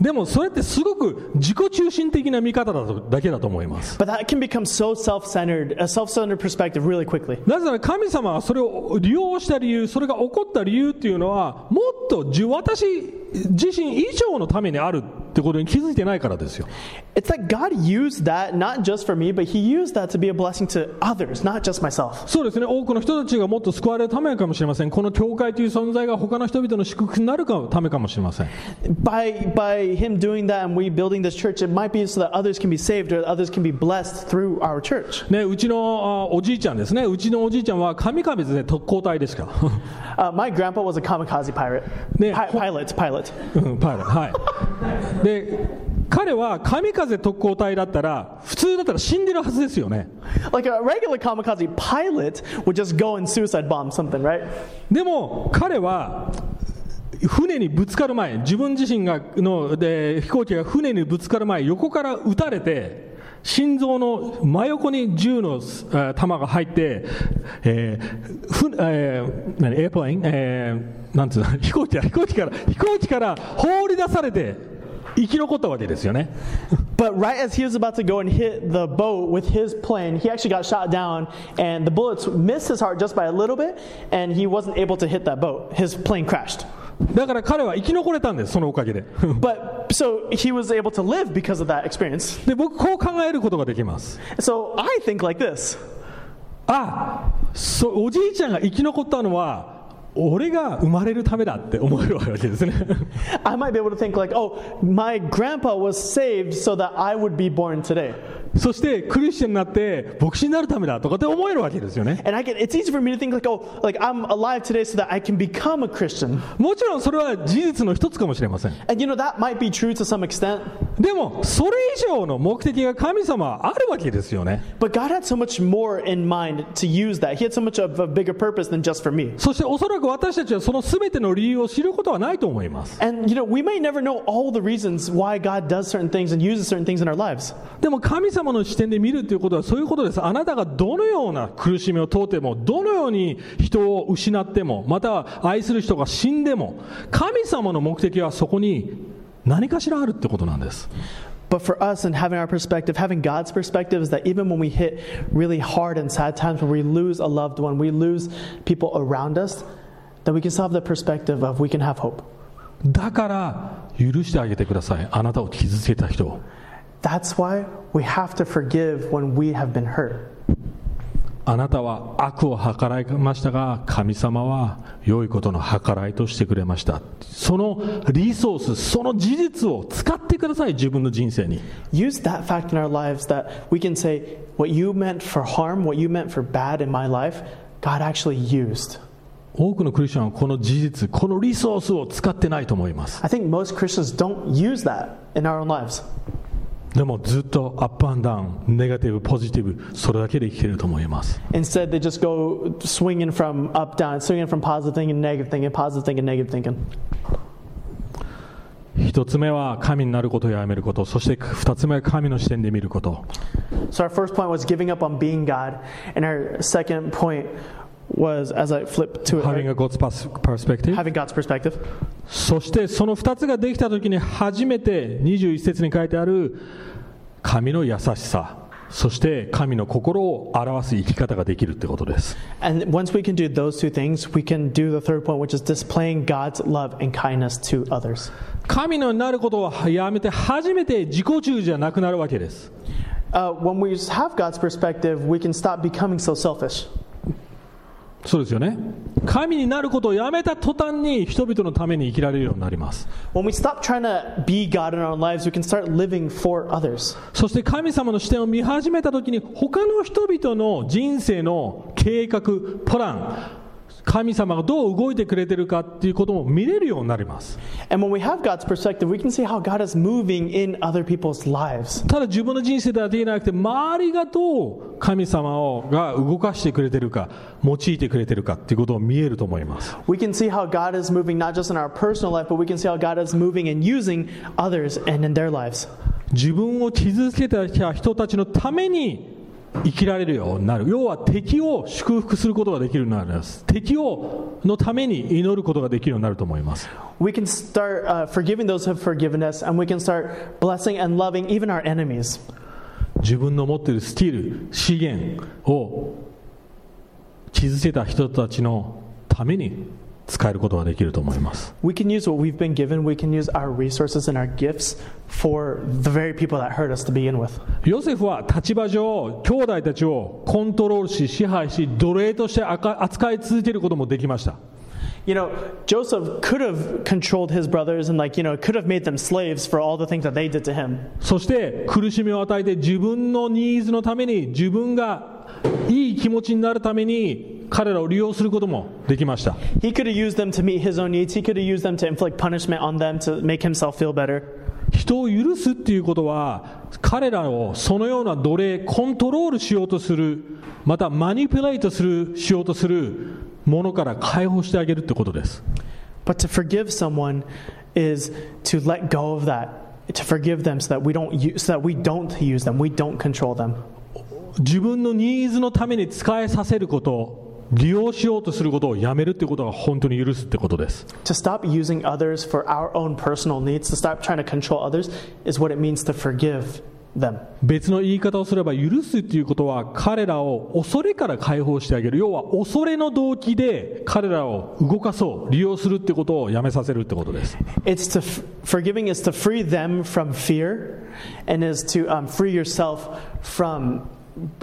S1: でもそれってすごく自己中心的な見方だとだけだと思います。
S2: but that can become so self-centered, a self-centered perspective really quickly.
S1: なぜなら神様はそれを利用した理由、それが起こった理由っていうのは、もっと自私自身以上のためにあるってことに気づいてないからですよ。
S2: It's that God used that not just for me, but He used that to be a blessing to others, not just myself.
S1: そうですね、多くの人たちがもっと救われるためかもしれません。この教会という存在が他の人々の祝福になるかためかもしれません。
S2: By by Him doing that and we building this church, it might be so that others can be saved or others can be blessed through our church.
S1: ね、うちのあおじいちゃんですね、うちのおじいちゃんは神々ですね、特攻隊ですから。
S2: Uh, my grandpa was a kamikaze pirate,
S1: Yeah.
S2: Pi- pilot, pilot.
S1: うんパイロットはい。で、彼は神風特攻隊だったら、普通だったら死んでるはずですよね。
S2: Like a regular kamikaze pilot would just go and suicide bomb something, right?
S1: でも彼は船にぶつかる前、自分自身がので飛行機が船にぶつかる前、横から撃たれて、心臓の真横に銃のえー弾が入って、えーふえー何エアプレイン、えーなんつうの [laughs] 飛行機だ飛行機から飛行機から放り出されて生き残ったわけですよね。
S2: But right as he was about to go and hit the boat with his plane, he actually got shot down, and the bullets missed his heart just by a little bit, and he wasn't able to hit that boat. His plane crashed.
S1: だから彼は生き残れたんです、そのおかげで。 [laughs]
S2: But so he was able to live because of that experience.
S1: で僕こう考えることができます。
S2: So I think like this
S1: あそうおじいちゃんが生き残ったのは俺が生まれるためだって思えるわけですね [laughs]
S2: I might be able to think like, oh, my grandpa was saved so that I would be born today.
S1: そしてクリスチャンになって牧師になるためだとかって思えるわけですよね
S2: And I can, it's easy for me to think like, oh, like I'm alive today so that I can become a Christian.
S1: もちろんそれは事実の一つかもしれません
S2: And you know, that might be true to some extent,
S1: でもそれ以上の目的が神様はあるわけですよね
S2: but God had so much more in mind to use that. He had so much of a bigger purpose than just for me.
S1: そしておそらく私たちはその全ての理由を知ることはないと思います
S2: And you know, we may never know all the reasons why God does certain things and uses certain things in our lives.
S1: でも神様の視点で見るということはそういうことです。あなたがどのような苦しみを通っても、どのように人を失っても、または愛する人が死んでも、神様の目的はそこに何かしらあるってことなんです。
S2: But for us and having our perspective, having God's perspective is that even when we hit really hard and sad times, when we lose a loved one, we lose people around us, that we can still have the perspective of we can have hope.
S1: だから許してあげてください。あなたを傷つけた人を。
S2: That's why we have to forgive when we have been hurt.
S1: あなたは悪を計らいましたが、神様は良いことの計らいとしてくれました。そのリソース、その事実を使ってください、自分の人生に。
S2: Use that fact in our lives that we can say, what you meant for harm, what you meant for bad in my life, God actually used.
S1: 多くのクリスチャンはこの事実、このリソースを使ってないと思います。
S2: I think most Christians don't use that in our own lives.
S1: でもずっとアップアンダウン、ネガティブ、ポジティブ、それだけで生きてると思います。
S2: Instead, they just go swinging from up down, swinging from positive thinking, negative thinking, positive thinking, negative thinking.
S1: 一つ目は神になることをやめること、そして二つ目は神の視点で見ること。
S2: So our first point was giving up on being God, and our second point was as I flip to it,
S1: Having a God's pers- perspective.
S2: having God's perspective.
S1: そしてその二つができたときに初めて21節に書いてある神の優しさ、そして神の心を表す生き方ができるってことです。
S2: And once we can do those two things, we can do the third point, which is displaying God's love and kindness to others.
S1: 神のなることをやめて初めて自己中じゃなくなるわけです。
S2: Uh, when we have God's perspective, we can stop becoming so selfish.
S1: そうですよね。神になることをやめた途端に人々のために生きられるようになります。
S2: When we stop trying to be God in our own lives, we can start living for others.
S1: そして神様の視点を見始めたときに他の人々の人生の計画、プラン、神様がどう動いてくれてるかっていうことも見れるようになります。
S2: And when we have God's perspective, we can see how God is moving in other people's lives.
S1: ただ自分の人生だけじゃなくて周りがどう神様をが動かしてくれてるか用いてくれてるかっていうことを見えると思います
S2: We can see how God is moving not just in our personal life, but we can see how God is moving and using others and in their lives.
S1: 自分を傷つけてきた人たちのために生きられるようになる要は敵を祝福することができるようになるんです敵をのために祈ることができるようになると思います
S2: We can start uh, forgiving those who have forgiven us, and we can start blessing and loving even our enemies.
S1: 自分の持っているスキル資源を傷つけた人たちのために使えることができると思います
S2: We can use what we've been given, we can use our resources and our gifts for the very people that hurt us to begin with.
S1: ヨセフは立場上、兄弟たちをコントロールし、支配し、奴隷として扱い続けることもできました。
S2: You know, Joseph could have controlled his brothers and, like, you know, could have made them slaves for all the things that they did to him.
S1: そして苦しみを与えて自分のニーズのために自分がいい気持ちになるために彼らを利用することもできました。
S2: He could have used them to meet his own needs, he could have used them to inflict punishment on them to make himself feel better.
S1: 人を許すっていうことは彼らをそのような奴隷コントロールしようとするまたマニピュレートするしようとするものから解放してあげるってことです。
S2: But to forgive someone is to let go of that, to forgive them so that we don't use, so that we don't use them, we don't control them.
S1: 自分のニーズのために使えさせること利用しようとすることをやめるってことが本当に許すってことです
S2: To stop using others for our own personal needs, to stop trying to control others, is what it means to forgive them.
S1: 別の言い方をすれば許すっていうことは彼らを恐れから解放してあげる要は恐れの動機で彼らを動かそう利用するってことをやめさせるってことです
S2: It's to f- forgiving is to free them from fear, and is to um, free yourself from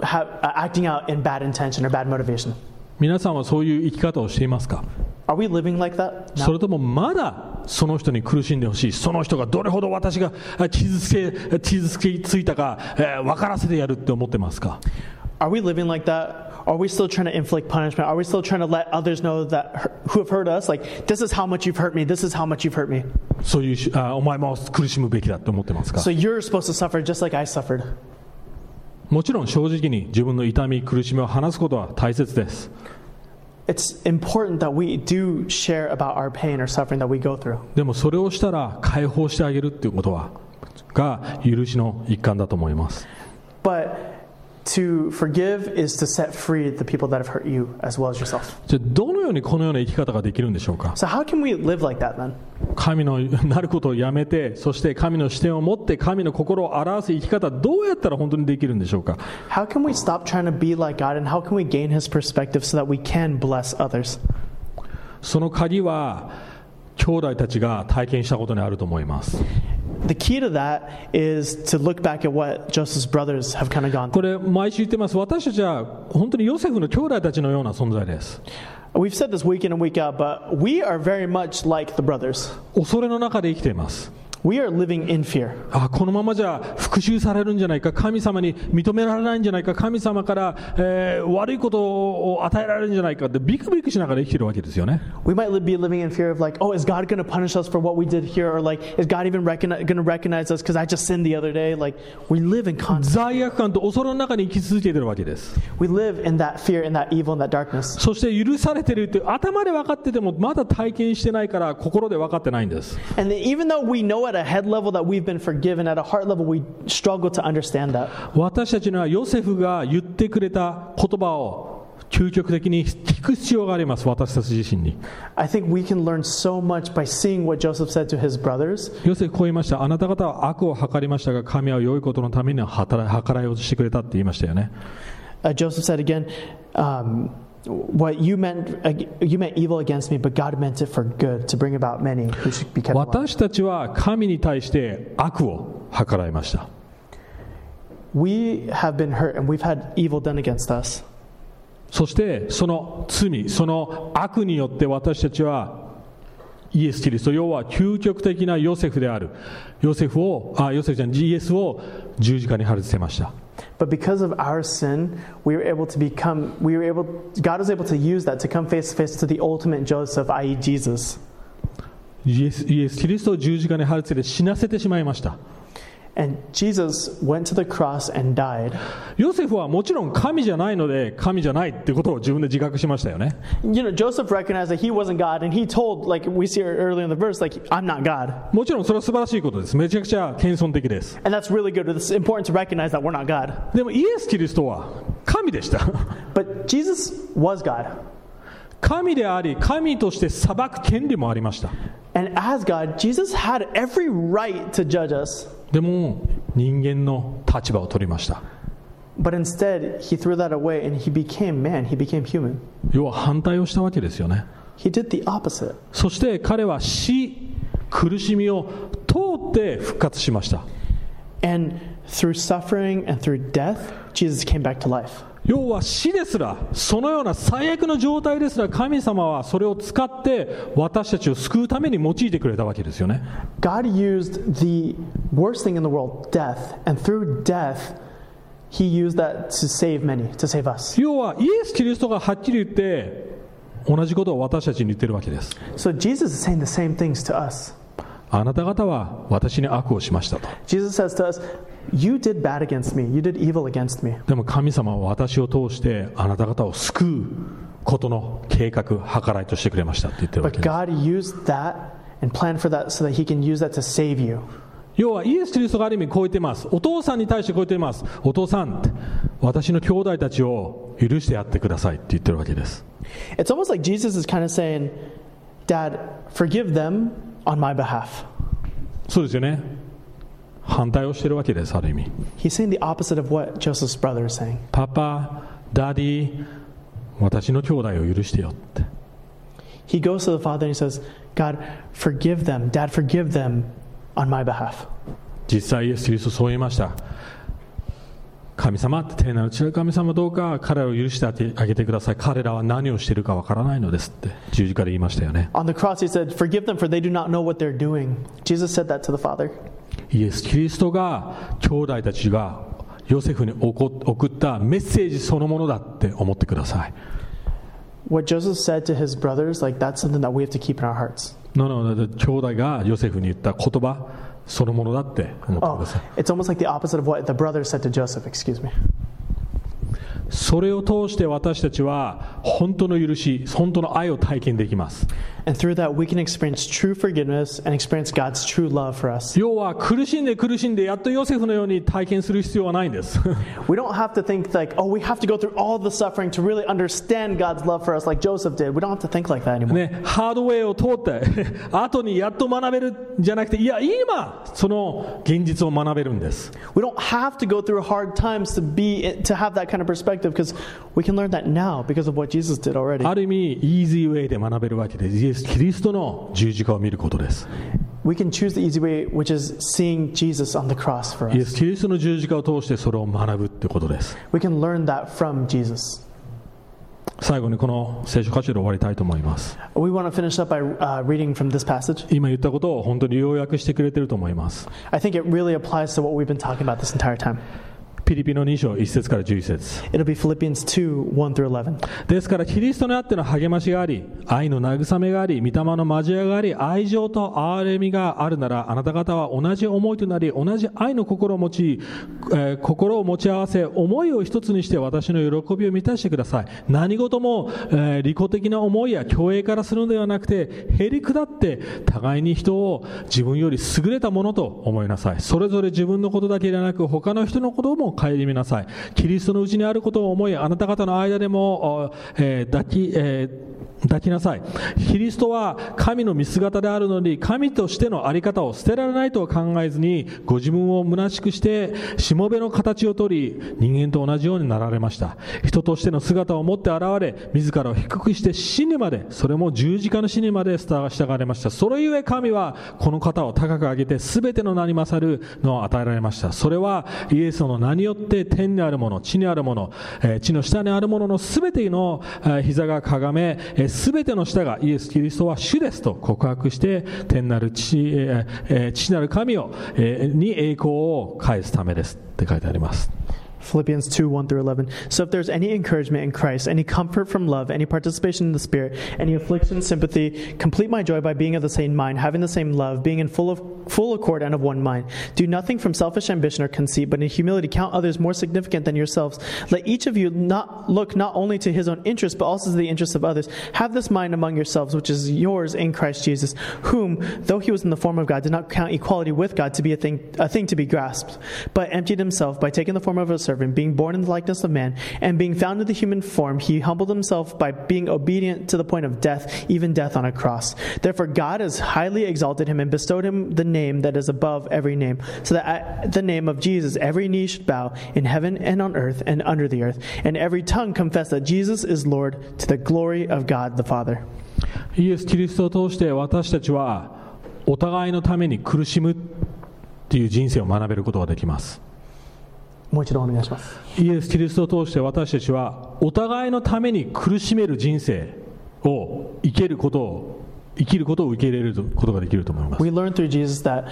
S2: ha- uh, acting out in bad intention or bad motivation.
S1: 皆さんはそういう生き方をしていますか
S2: Are we living like that?
S1: それともまだその人に苦しんでほしいその人がどれほど私があ傷つけ傷つけついたか、えー分からせてやるって思ってますか
S2: Are we living like that? Are we still trying to inflict punishment? Are we still trying to let others know that hu- who have hurt us, like this is how much you've hurt me, this is how much you've hurt me.
S1: そういうしあお前も苦しむべきだと思ってますか
S2: So you're supposed to suffer just like I suffered.
S1: もちろん正直に自分の痛み苦しみを話すことは大切です
S2: It's important that we do share about our pain or suffering that we go through.
S1: でもそれをしたら解放してあげるっていうことはが許しの一環だと思います
S2: But to forgive is to set free the people that have hurt you as well as yourself.
S1: じゃあどのようにこのような生き方ができるんでしょうか
S2: So how can we live like that then?
S1: 神の [laughs] なることをやめてそして神の視点を持って神の心を表す生き方どうやったら本当にできるんでしょうか
S2: How can we stop trying to be like God and how can we gain his perspective so that we can bless others?
S1: その鍵は兄弟たちが体験したことにあると思います
S2: The key to that is to look back at what Joseph's brothers have kind of gone through.
S1: これ毎週言ってます私たちは本当にヨセフの兄弟たちのような存在です
S2: We've said this week in and week out, but we are very much like the brothers.
S1: 恐れの中で生きています
S2: We are living in fear.
S1: あこのままじゃ復讐されるんじゃないか神様に認められないんじゃないか神様から、えー悪いことを与えられるんじゃないかってビクビクしながら生きてるわけですよね
S2: We might li- be living in fear of like, oh, is God going to punish us for what we did here? Or like, is God even recogni- going to recognize us because I just sinned the other day? Like, we live in constant,
S1: 罪悪感と恐れの中に生き続けてるわけです
S2: we live in that fear, in that evil, in that darkness.
S1: そして許されてるって頭で分かっててもまだ体験してないから心で分かってないんです
S2: And then even though we know at a head level that we've been forgiven, at a heart level, we struggle to understand that.
S1: 私たちにはヨセフが言ってくれた言葉を究極的に聞く必要があります私たち自身に
S2: I think we can learn so much by seeing what Joseph said to his brothers.
S1: ヨセフこう言いましたあなた方は悪を計りましたが神は良いことのためには働計らいをしてくれたって言いましたよね
S2: Uh, Joseph said again, um, what you meant, ag- you meant evil against me, but God meant it for good to bring about many who should be kept alive.
S1: 私たちは神に対して悪を計らいました
S2: We have been hurt and we've had evil done against us.
S1: そしてその罪その悪によって私たちはイエス・キリスト要は究極的なヨセフであるヨセフをあヨセフじゃんイエスを十字架に貼り付けました
S2: But because of our sin, we were able to become, we were able, God was able to use that to come face to face to the ultimate Joseph, i.e., Jesus.
S1: イエス・イエスキリストを十字架に貼り付けて死なせてしまいました
S2: And Jesus went to the cross and died.
S1: ヨセフはもちろん神じゃないので神じゃないってことを自分で自覚しましたよね
S2: You know, Joseph recognized that he wasn't God, and he told, like we see earlier in the verse, like, I'm not God.
S1: もちろんそれは素晴らしいことですめちゃくちゃ謙遜的です
S2: And that's really good. It's important to recognize that we're not God.
S1: でもイエス・キリストは神でした [laughs]
S2: But Jesus was God.
S1: 神であり神として裁く権利もありました
S2: And as God, Jesus had every right to judge us.
S1: でも人間の立場を取りました
S2: But instead, he threw that away and he became man, he became human.
S1: 要は反対をしたわけですよね
S2: He did the opposite.
S1: そして彼は死苦しみを通って復活しました
S2: And through suffering and through death, Jesus came back to life.
S1: 要は死ですらそのような最悪の状態ですら神様はそれを使って私たちを救うために用いてくれたわけですよね
S2: God used the worst thing in the world, death, and through death, he used that to save many, to save us.
S1: 要はイエス・キリストがはっきり言って同じことを私たちに言ってるわけです
S2: So Jesus is saying the same things to us.
S1: あなた方は私に悪をしましたと
S2: Jesus says to us, You did bad against me, you did evil against me.
S1: でも神様は私を通してあなた方を救うことの計画計らいとしてくれましたって言ってるわけ
S2: But
S1: です
S2: God used that and planned for that so that he can use that to save you.
S1: 要はイエス・キリストがある意味超えてますお父さんに対して超えてますお父さん私の兄弟たちを許してやってくださいって言ってるわけです
S2: It's almost like Jesus is kind of saying, Dad, forgive them on my behalf.
S1: そうですよね反対をしてるわけですある意味
S2: He's saying the opposite of what Joseph's brother is saying.
S1: パパダディ私の兄弟を許してよって
S2: He goes to the father and he says, God, forgive them. Dad, forgive them on my behalf.
S1: 実際イエス・キリストそう言いました神様って天なる父なる神様どうか彼らを許してあげてください彼らは何をしているかわからないのですって十字架で言いましたよね
S2: On the cross, he said, Forgive them, for they do not know what they're doing. Jesus said that to the father.
S1: イエス・キリストが兄弟たちがヨセフに送送ったメッセージそのものだって思ってください
S2: What Joseph said to his brothers, like, that's something that we have to keep in our hearts.
S1: なので兄弟がヨセフに言った言葉そのものだって思ってください
S2: Oh, it's almost like the opposite of what the brothers said to Joseph, excuse me.
S1: それを通して私たちは本当の許し本当の愛を体験できます
S2: And through that, we can experience true forgiveness and experience God's true love for us.
S1: 要は苦しんで苦しんでやっとヨセフのように体験する必要はないんです
S2: We don't have to think like, oh, we have to go through all the suffering to really understand God's love for us, like Joseph did. We don't have to think like that anymore.
S1: ねハードウェイを通って [laughs] 後にやっと学べるんじゃなくていや今その現実を学べるんです
S2: We don't have to go through hard times to be to have that kind of perspective because we can learn that now because of what Jesus did already.
S1: ある意味イージーウェイで学べるわけですイエス・キリストの十字架を見ることです
S2: We can choose the easy way, which is seeing Jesus on the cross for
S1: イ
S2: us.
S1: エス・キリストの十字架を通してそれを学ぶってことです
S2: We can learn that from Jesus.
S1: 最後にこの聖書箇所で終わりたいと思います
S2: We want to finish up by uh, reading from this passage.
S1: 今言ったことを本当に要約してくれてると思います
S2: I think it really applies to what we've been talking about this entire time.
S1: ピリピの2章1節から11節
S2: It'll be Philippians 2 1 through 11.
S1: ですからキリストにあっての励ましがあり愛の慰めがあり御霊の交えがあり愛情と憐れみがあるならあなた方は同じ思いとなり同じ愛の心を持ち、えー心を持ち合わせ思いを一つにして私の喜びを満たしてください何事も、えー利己的な思いや共栄からするのではなくてへりくだって互いに人を自分より優れたものと思いなさいそれぞれ自分のことだけではなく他の人のことも顧みなさいキリストのうちにあることを思いあなた方の間でも、あえー抱き、えー抱きなさいキリストは神の見姿であるのに神としての在り方を捨てられないとは考えずにご自分を虚しくしてしもべの形をとり人間と同じようになられました人としての姿を持って現れ自らを低くして死にまでそれも十字架の死にまで従われましたそれゆえ神はこの方を高く上げて全ての名に勝るのを与えられましたそれはイエスの名によって天にあるもの地にあるもの、えー地の下にあるものの全てのえー膝がかがめえー全ての舌がイエス・キリストは主ですと告白して天なる地,えー、えー地なる神を、えーに栄光を返すためですって書いてあります
S2: Philippians 2 1 through 11. So if there's any encouragement in Christ, any comfort from love, any participation in the Spirit, any affliction, sympathy, complete my joy by being of the same mind, having the same love, being in full, of, full accord and of one mind. Do nothing from selfish ambition or conceit, but in humility count others more significant than yourselves. Let each of you not look not only to his own interest, but also to the interests of others. Have this mind among yourselves, which is yours in Christ Jesus, whom, though he was in the form of God, did not count equality with God to be a thing, a thing to be grasped, but emptied himself by taking the form of a servant, being born in the likeness of man, and being found in the human form, he humbled himself by being obedient to the point of death, even death on a cross. Therefore, God has highly exalted him and bestowed him the name that is above every name, so that at the name of Jesus every knee should bow in heaven and on earth and under the earth, and every tongue confess that Jesus is Lord to the glory of God the Father.
S1: イエス・キリストを通して私たちはお互いのために苦しむっていう人生を学べることができますイエス・キリストを通して私たちはお互いのために苦しめる人生を生けることを生きることを受け入れることができると思います
S2: We learn through Jesus that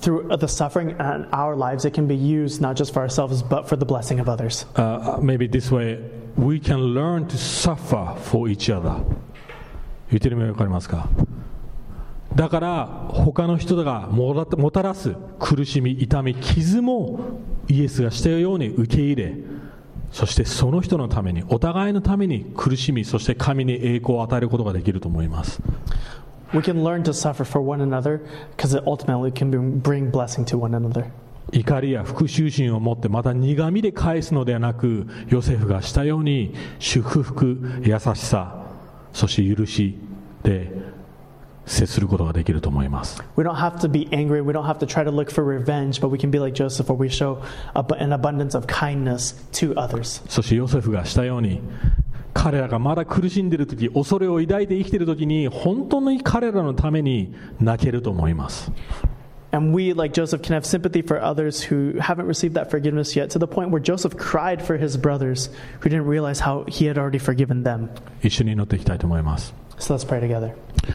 S2: through the suffering in our lives, it can be used not just for ourselves, but for the blessing of others.
S1: Uh, maybe this way we can learn to suffer for each other 言ってる意味わかりますかだから他の人がもらもたらす苦しみ痛み傷もイエスがしたように受け入れそしてその人のためにお互いのために苦しみそして神に栄光を与えることができると思います
S2: We can learn to suffer for one another because it ultimately can bring- bring blessing to one another.
S1: 怒りや復讐心を持ってまた苦みで返すのではなくヨセフがしたように祝福優しさそして許しで接することができると思います
S2: We don't have to be angry. We don't have to try to look for revenge, but we can be like Joseph, where we show ab- an abundance of kindness to others.
S1: そしてヨセフがしたように彼らがまだ苦しんでいる時恐れを抱いて生きている時に本当に彼らのために泣けると思います
S2: And we, like Joseph, can have sympathy for others who haven't received that forgiveness yet, to the point where Joseph cried for his brothers who didn't realize how he had already forgiven them.
S1: 一緒に祈っていきたいと思います
S2: So let's pray together.